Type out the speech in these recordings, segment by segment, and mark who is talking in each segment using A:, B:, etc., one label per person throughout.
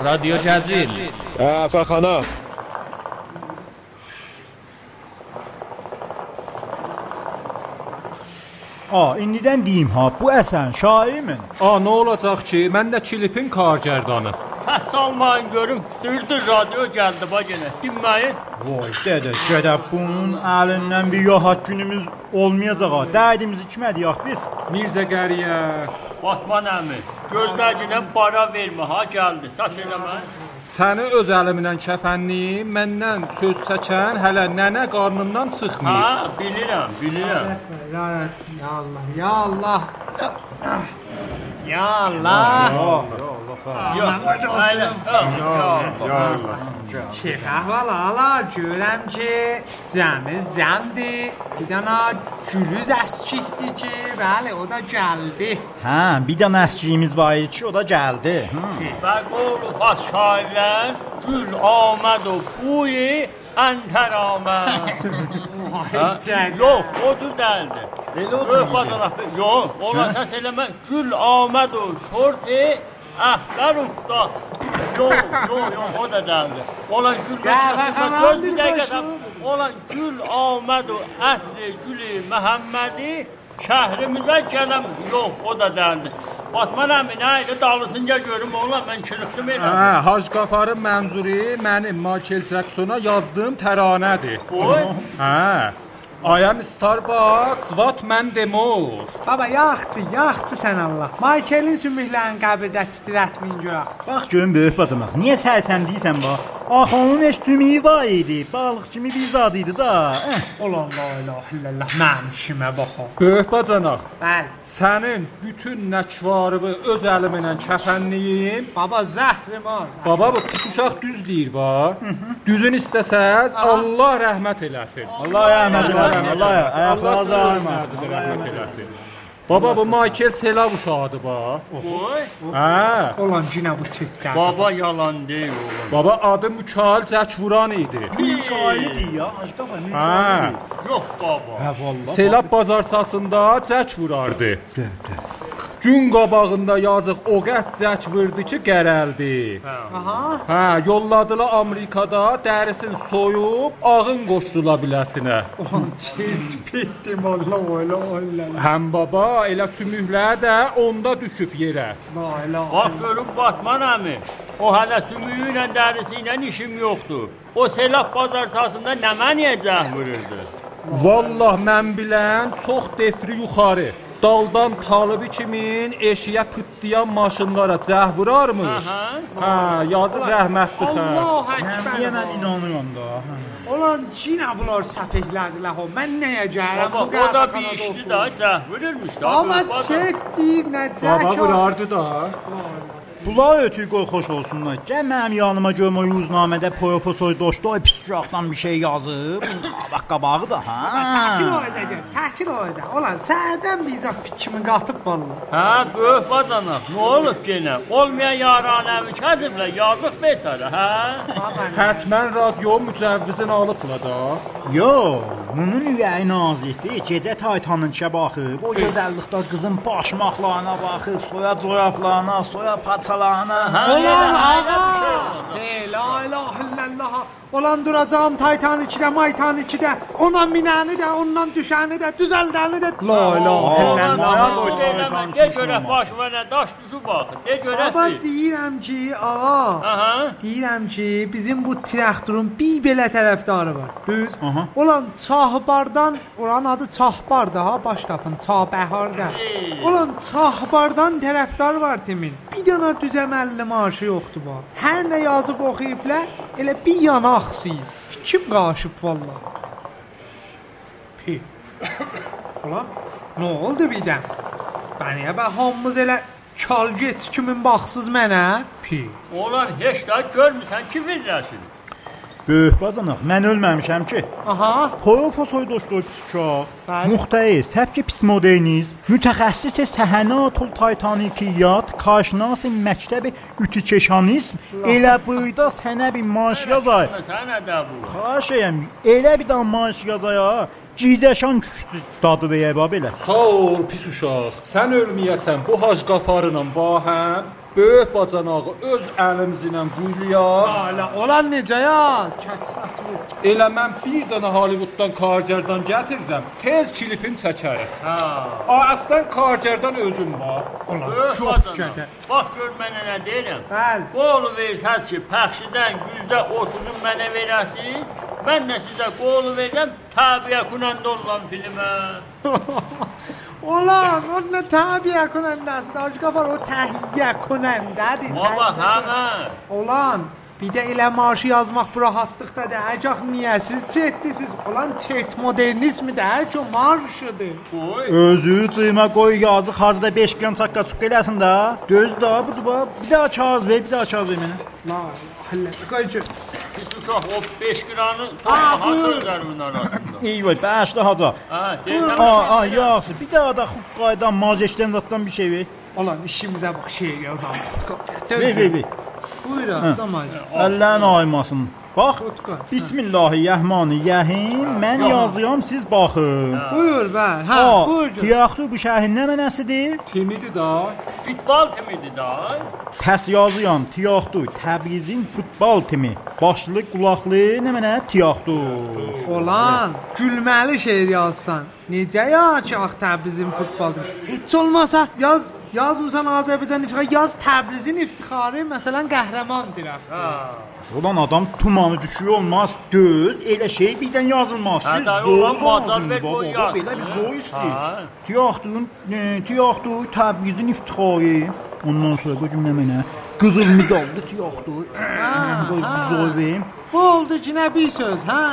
A: رادیو جزیل
B: قهوه‌خانه
C: Aa, indidən deyim ha, bu Həsən şairmi?
D: A, Ah, nə olacaq ki? Mən də Kilipin kargerdanı.
E: Səs Hə, salmayın görüm. Dürdür radio gəldi bax yenə. Dinməyin.
C: Vay dədə, gədə bunun əlindən bir yahat günümüz olmayacaq ha. Dəydimizi kimə deyək biz?
D: Mirzə Qəriyev,
E: Batman əmi. Gözləginə para vermə ha gəldi. Səs eləmə.
D: səni öz əlimlə kəfənliyim, məndən söz çəkən hələ nənə qarnından
E: Ha,
D: çıxmayıb.
E: bilirəm, bilirəm.
F: Ya Allah, ya Allah. Ya Allah.
E: Yox, elə. Yox, yox.
F: Şeyh əhvalalar görəm ki, cəmiz cəmdir. Bir dənə gülüz əskikdir ki, bəli, o da gəldi.
C: Hə, bir də məskiyimiz var idi ki, o da gəldi. Hı.
E: Və qol fas şairlər gül amad o buyi ənter amad.
F: Vay
E: Ha?
F: dədə.
E: Yox, otur dəldi.
G: Elə
E: Yox,
G: oturmuşam.
E: bax, yox, ona səs eləmə. Gül amad o şorti ah, əhbər ufda. Yox, yox, yox, o da dəldi. Olan gül
F: Qəhvəxananın
E: Göz bir dəqiqə
F: daşı.
E: dəm. Olan gül amad o ətri gülü Məhəmmədi şəhrimizə gələm. Yox, o da dəldi. Batman əmi nə idi dalısınca görüm oğlan mən çırıqdım elə.
D: Hə, Hacı Qafarın mənzuri mənim Michael Jacksona yazdığım təranədir.
E: Oy,
D: Hə. I am Starbucks, what man demor.
F: Baba, yaxçı, yaxçı sən Allah. Maykelin sümüklərini qəbirdə titrətməyin görək.
C: Bax görüm böyük bacamaq, niyə sərsəm deyirsən bax? Axı onun heç tümüyü var idi. Balıq kimi bir zad idi da. Eh.
F: Olan la ilahe illallah, mənim işimə baxın.
D: Böyük bacanaq,
F: Bəli.
D: sənin bütün nəkvarını öz əlimlə kəfənliyim.
F: Baba zəhrim var.
D: Baba, bu pis uşaq düz deyir bax. Düzün istəsəz, Allah rəhmət eləsin.
C: Allah rəhmət eləsin. Allah rəhmət eləsin.
D: Allah
C: Ayaqlara
D: sağlamlıq
C: zarmaz.
D: rəhmət eləsin. Baba, bu Michael Selav uşağıdır bax.
E: oy.
D: Hə.
F: Olan yenə bu tütdən.
E: Baba yalan deyil oğlan.
D: Baba adı Mükal Cəkvuran idi.
C: Şairi deyir ya, Hacı Qafa.
D: Hə.
E: Yox baba.
C: Hə vallah.
D: Selav bazarçasında cək vurardı. Gün qabağında yazıq o qəd cək vurdu ki, qərəldi.
F: Aha.
D: Hə, yolladılar Amerikada, dərisini soyub ağın qoşdula biləsinə.
F: Olan çirpitdim Allah ola ola.
D: Həm baba elə sümüklə də onda düşüb yerə.
F: La ilahe.
E: Bax görüm Batman əmi. O hələ sümüyü ilə dərisi ilə işim yoxdur. O selab bazar sahasında nə məniyə cəh vururdu?
D: Vallah mən bilən çox defri yuxarı. Daldan talıbi kimin eşiyə pıtlayan maşınlara cəh vurarmış.
E: Aha.
D: Hə, yazı rəhmətdir xə.
F: Allah
C: Nəyə mən
F: əkbər.
C: inanıram da. hə.
F: Olan yenə bunlar səfəhlədilər o. Mən nəyə gəlirəm?
E: Baba o da bir işdi da cəh vururmuş da.
F: Amma
E: Dur, baba.
F: çək deyir nə cək.
D: Baba vurardı da.
C: Bunlar ötü qoy xoş olsunlar. Gəl mənim yanıma görüm o yuznamədə professor Dostoy pis uşaqdan bir şey yazıb. Bax qabağı da ha.
F: Təkil oyacaq, təkil oyacaq. Olan səhərdən bizə fikrimi qatıb vallah.
E: Hə, böyük badanaq. Nə olub yenə? Olmayan yaranəmi kəziblə yazıq beçara, hə?
D: Hətmən radio mücəvvizini alıblar da.
C: Yo, bunun ürəyi nazikdir. Gecə Taytanın işə baxıb, o gözəllikdə qızın başmaqlarına baxıb, soya corablarına, soya paçalarına. Hə?
F: Olan
E: hə,
F: ağa.
E: hə,
F: Hey, La ilahe illallah. Olan duracağam Taytan 2-də, Maytan 2-də. Ona minəni də, ondan düşəni də, düzəldəni də. La ilahe
E: Aman,
C: Ağa,
E: bu
C: qoy, qoy,
E: deyilmə. De
C: danışmışam
E: görək
C: amma.
E: başıma nə daş düşüb axı. De görək.
F: Baba
E: bir.
F: deyirəm ki, ağa.
E: Aha.
F: Deyirəm ki, bizim bu traktorun bir belə tərəfdarı var. Düz?
C: Aha.
F: Olan Çahbardan, oranın adı Çahbarda ha, baş tapın, Çahbəharda. Olan Çahbardan tərəfdarı var timin. Bir dənə düz əməlli maaşı yoxdur bu. Hər nə yazıb oxuyublar, elə bir yana axsıyıb. Fikrim qaşıb vallah. Pi. Olan nə oldu bir də? Bəniyə bə hamımız elə çalgeç kimi baxsız mənə? Pi.
E: Onlar heç də görmüsən ki, virləşir.
C: Böyük bacanaq, mən ölməmişəm ki.
F: Aha.
C: Professor Dostoy pis uşaq.
F: Bəli.
C: Muxtəyi, səbki pis moderniz, mütəxəssis səhnətul Taytanikiyat, karşınas məktəbi ütükeşanizm, elə buyda sənə bir maaş yazay.
E: Sən ədəb ol.
C: Xahiş edirəm, elə bir dənə maaş yazaya. Gidəşan küçüsü dadı veyə bax belə.
D: Sağ ol pis uşaq. Sən ölməyəsən bu hac qafarla bahəm. böyük bacanağı öz əlimizlə quyuluyaq.
F: Ala, olan necə ya? Kəssas bu.
D: Elə mən bir dənə Hollywooddan kargerdan gətirirəm, tez klipin çəkərik.
E: Ha.
D: A, əslən kargerdan özüm var.
F: Olan
E: Böyük
F: çox
E: bacana.
F: kötə.
E: Bax gör mənə nə deyirəm.
F: Bəli.
E: Qolu versəz ki, pəxşidən yüzdə 30-un mənə verəsiz, mən də sizə qolu verirəm, təbiə kunəndə olan filmə.
F: Olan, o nə təbiə konəndə است. Aşqafar o təhiyyə konəndədir.
E: Baba,
F: təhiyyə
E: hə,
F: konəndə.
E: hə.
F: Olan, bir də elə marşı yazmaq bu rahatlıqdadır. Həcaq niyə siz çetdisiz? Olan çet modernizmidir. Hər çox marşıdır.
E: Qoy.
C: Özü cıyma qoy yazıq hazırda 5 qan çaqqa çıxıb eləsin də. Düz da budur bax. Bir daha kağız ver, bir daha kağız ver mənə.
F: La, həllə. Qoycu.
E: Biz uşaq o 5 qranı
F: Ha,
E: sonra
F: buyur.
E: hazır darvın arasında.
C: Eyvay, bəşdə haca.
E: Hə,
C: A,
E: deyirsən.
C: a, yaxşı. Bir daha da Hukkaydan, Maceşdən zatdan bir şey ver.
F: Olan işimizə bax şeir yazalım. Qutqar.
C: Ver, ver, ver.
F: Buyur, adamaj.
C: Əllərin aymasın. Bax,
F: Hukkay.
C: Bismillahirrahmanirrahim. Mən yazıram, siz baxın.
F: Buyur, bəl. Hə,
C: A,
F: buyur.
C: Tiyaxtu bu şəhərin nə mənəsidir?
D: Timidir da.
E: Fitbal timidir da.
C: Pəs yazıram, Tiyaxtu, Təbrizin futbol timi. Başlı, qulaqlı, nə mənə? Tiyaxtu.
F: Olan, gülməli şeir yazsan. Necə ya ki, ax Təbrizin futboldur. Heç olmasa yaz, yazmısan Azərbaycan iftixarı, yaz Təbrizin iftixarı, məsələn, qəhrəmandır axı.
E: Hə.
C: Ulan adam tumanı düşüyor olmaz. Düz elə şey birdən yazılmaz.
E: Ha,
C: Siz
E: dayı,
C: zor lazım
E: oğlum, bacar ve
C: baba,
E: koy
C: baba,
E: yazsın,
C: Belə bir
E: ha?
C: zor istəyir.
E: Ha.
C: Tiyaxtun, tiyaxtu Təbrizin iftixarı. Ondan sonra bu cümlə mənə qızıl medallı tiyaxtu. Qoy
F: ha.
C: zor verim.
F: Bu oldu ki, nə bir söz, hə?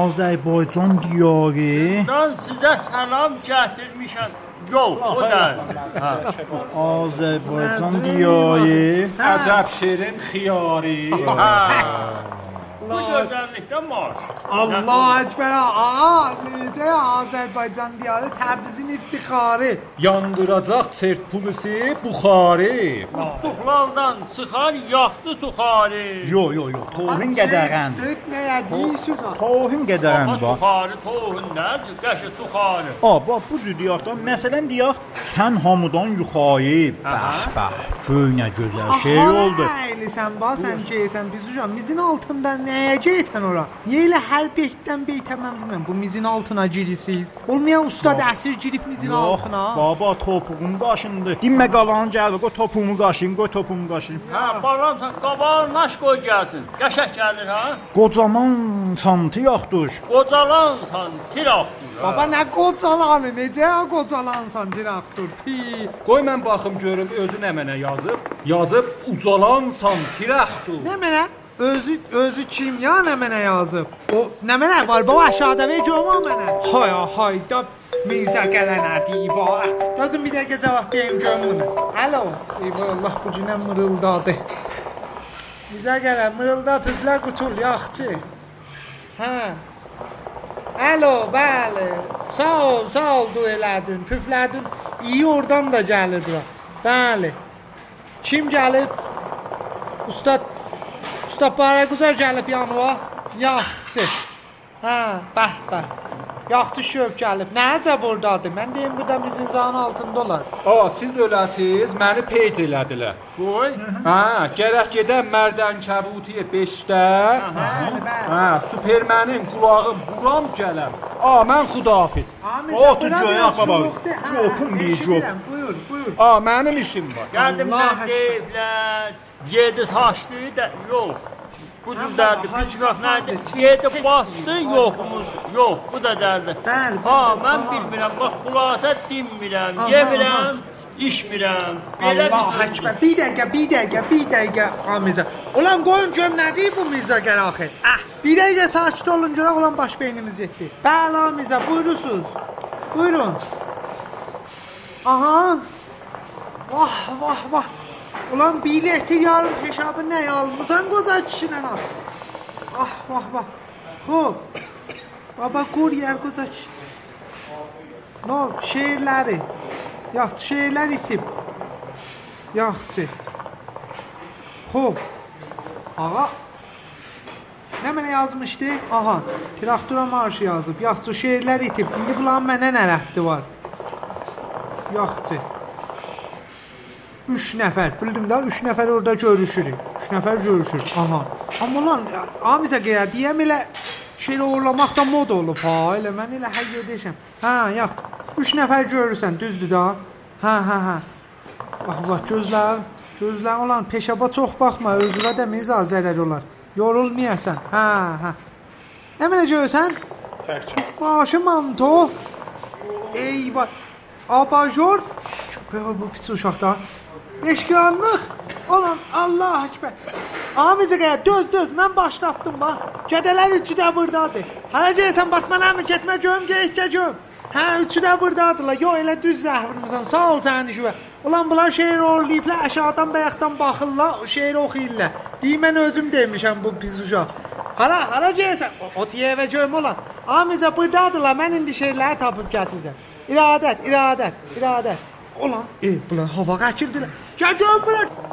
C: Azərbaycan diyarı.
E: Dan sizə səlam gətirmişəm. Yox, o da. Hə.
C: Azərbaycan diyarı.
D: Əcəb şirin xiyari.
E: Hə. Bu gözəllikdə marş.
F: Allah əkbər, aa, necə ya Azərbaycan diyarı Təbrizin iftixarı.
D: Yandıracaq çert pulisi buxarı.
E: Tuxlaldan çıxar yaxdı suxarı.
C: Yo yo yo, tohum qədərəm.
F: Nəyə deyirsiniz?
C: Tohum qədərəm
E: Ha,
C: bax.
E: Suxarı tohundan çıxaşı suxarı.
C: A, bax bu cür diyaqdan, məsələn diyaq sən hamıdan yuxarı. Bəh, bəh, köynə gözəl şey oldu.
F: Əylisən, basən şeysən biz hocam. Mizin altından nəyə geysən ora? Niyə elə hər beytdən beytə mən bilmirəm. Bu mizin altına girisiz. Olmayan ustad əsir girib mizin
C: Yox,
F: altına.
C: baba topuğum qaşındı. Dinmə qalanı gəl, qoy topuğumu qaşıyım, qoy topuğumu qaşıyım.
E: Hə, balam sən qabağın naş qoy gəlsin. Qəşəng gəlir ha.
C: Qocaman santı yaxdır.
E: Qocalansan tiraqdır.
F: Baba nə qocalanı, necə qocalansan direktor. Pi.
D: Qoy mən baxım görüm özü nə mənə yazıb. Yazıb ucalansan tirəxtu.
F: Nə mənə? Özü özü kim ya nə mənə yazıb? O nə mənə var? Baba aşağıda ver görmə mənə. Hay hay da Mirzə gələnədi iba. Gözüm bir dəqiqə cavab verim görmün. Alo. Eyvallah bu günə mırıldadı. Mirzə gələn mırılda püflə qutul yaxçı. Hə. Alo, bəli. Sağ ol, sağ ol du elədin, püflədin. İyi oradan da gəlir bura. Bəli. Kim gəlib? Ustad Usta para güzel gəlib yanıva. Yaxşı. Hə, bəh bəh. Yaxşı şöp gəlib. Nə əcəb ordadır? Mən deyim burada bizim zanın altında olar.
D: A, siz öləsiz, məni peyc elədilər.
E: Qoy.
D: Hə, gərək gedəm Mərdən Kəbutiyə 5-də.
F: Bəli, bəli.
D: Hə, Supermənin qulağım buram gələm. A, mən Xudafiz.
C: Otur göyə baba.
F: Hə,
C: Copun bir cop.
F: Buyur, buyur.
D: A, mənim işim var.
E: Qədimdən
F: Allah
E: deyiblər, yedi saçdı da yox. Bu cür
F: Amma
E: dərdi,
F: hac
E: bu cür nədir?
F: vaxtı
E: Yedi bastı, yoxumuz, yox, bu da dərdi.
F: Bəli,
E: Ha,
F: bəli,
E: mən
F: aha.
E: bilmirəm, bax xülasə dinmirəm,
F: Aha,
E: yemirəm, içmirəm. Belə bir
F: Allah
E: sözdür.
F: həkbər. Bir dəqiqə, bir dəqiqə, bir dəqiqə Amirzə. Ulan qoyun görüm nə deyir bu Mirzə gəl axı. Ah, bir dəqiqə sakit olun görək ulan baş beynimiz getdi. Bəli Amirzə, buyurursunuz. Buyurun. Aha. Vah, vah, vah. Ulan biletir yarın peşabı nə almısan qoca kişinə nə? Ah, vah, vah. Xoş. Baba kuryer qoca kişi. Nə olub? Şeirləri. Yaxşı şeirlər itib. Yaxşı. Xoş. Ağa Nə mənə yazmışdı? Aha, traktora marşı yazıb. Yaxşı şeirlər itib. İndi bunların mənə nə rəhti var? Yaxşı. Üç nəfər, bildim də, üç nəfər orada görüşürük. Üç nəfər görüşür. Aha. Amma lan, hamısa qeyər, deyəm elə şeir uğurlamaq da mod olub ha, elə mən elə hər yerdəşəm. Hə, yaxşı. Üç nəfər görürsən, düzdür də? Hə, hə, hə. Allah gözlər, gözlər olan peşaba çox baxma, özünə də mizah zərər olar. Yorulmayasan. Hə, hə. Nə mənə görürsən? Təkfaşı manto. Eyvah. Abajor. Köpək bu pis uşaqda. Beşqanlıq. Olan Allah həkbər. Amizə qəyə döz döz mən başlatdım bax. Gədələr üçü də burdadır. Hələ deyəsən batmana mı getmə görüm geyikcə görüm. Hə üçü də burdadılar. Yo elə düz zəhvrimizən. Sağ ol sənin işə. Ulan bunlar şeir oğurlayıblar, aşağıdan bayaqdan baxırlar, şeir oxuyurlar. Deyim mən özüm demişəm bu pis uşaq. Hala, hala gelsen. O, ot ye ve göm olan. Amize buradadılar. Ben indi şeyleri tapıp getirdim. İradet, iradet, iradet. Ulan, e, bunlar hava kaçırdılar. Gel göm bunlar.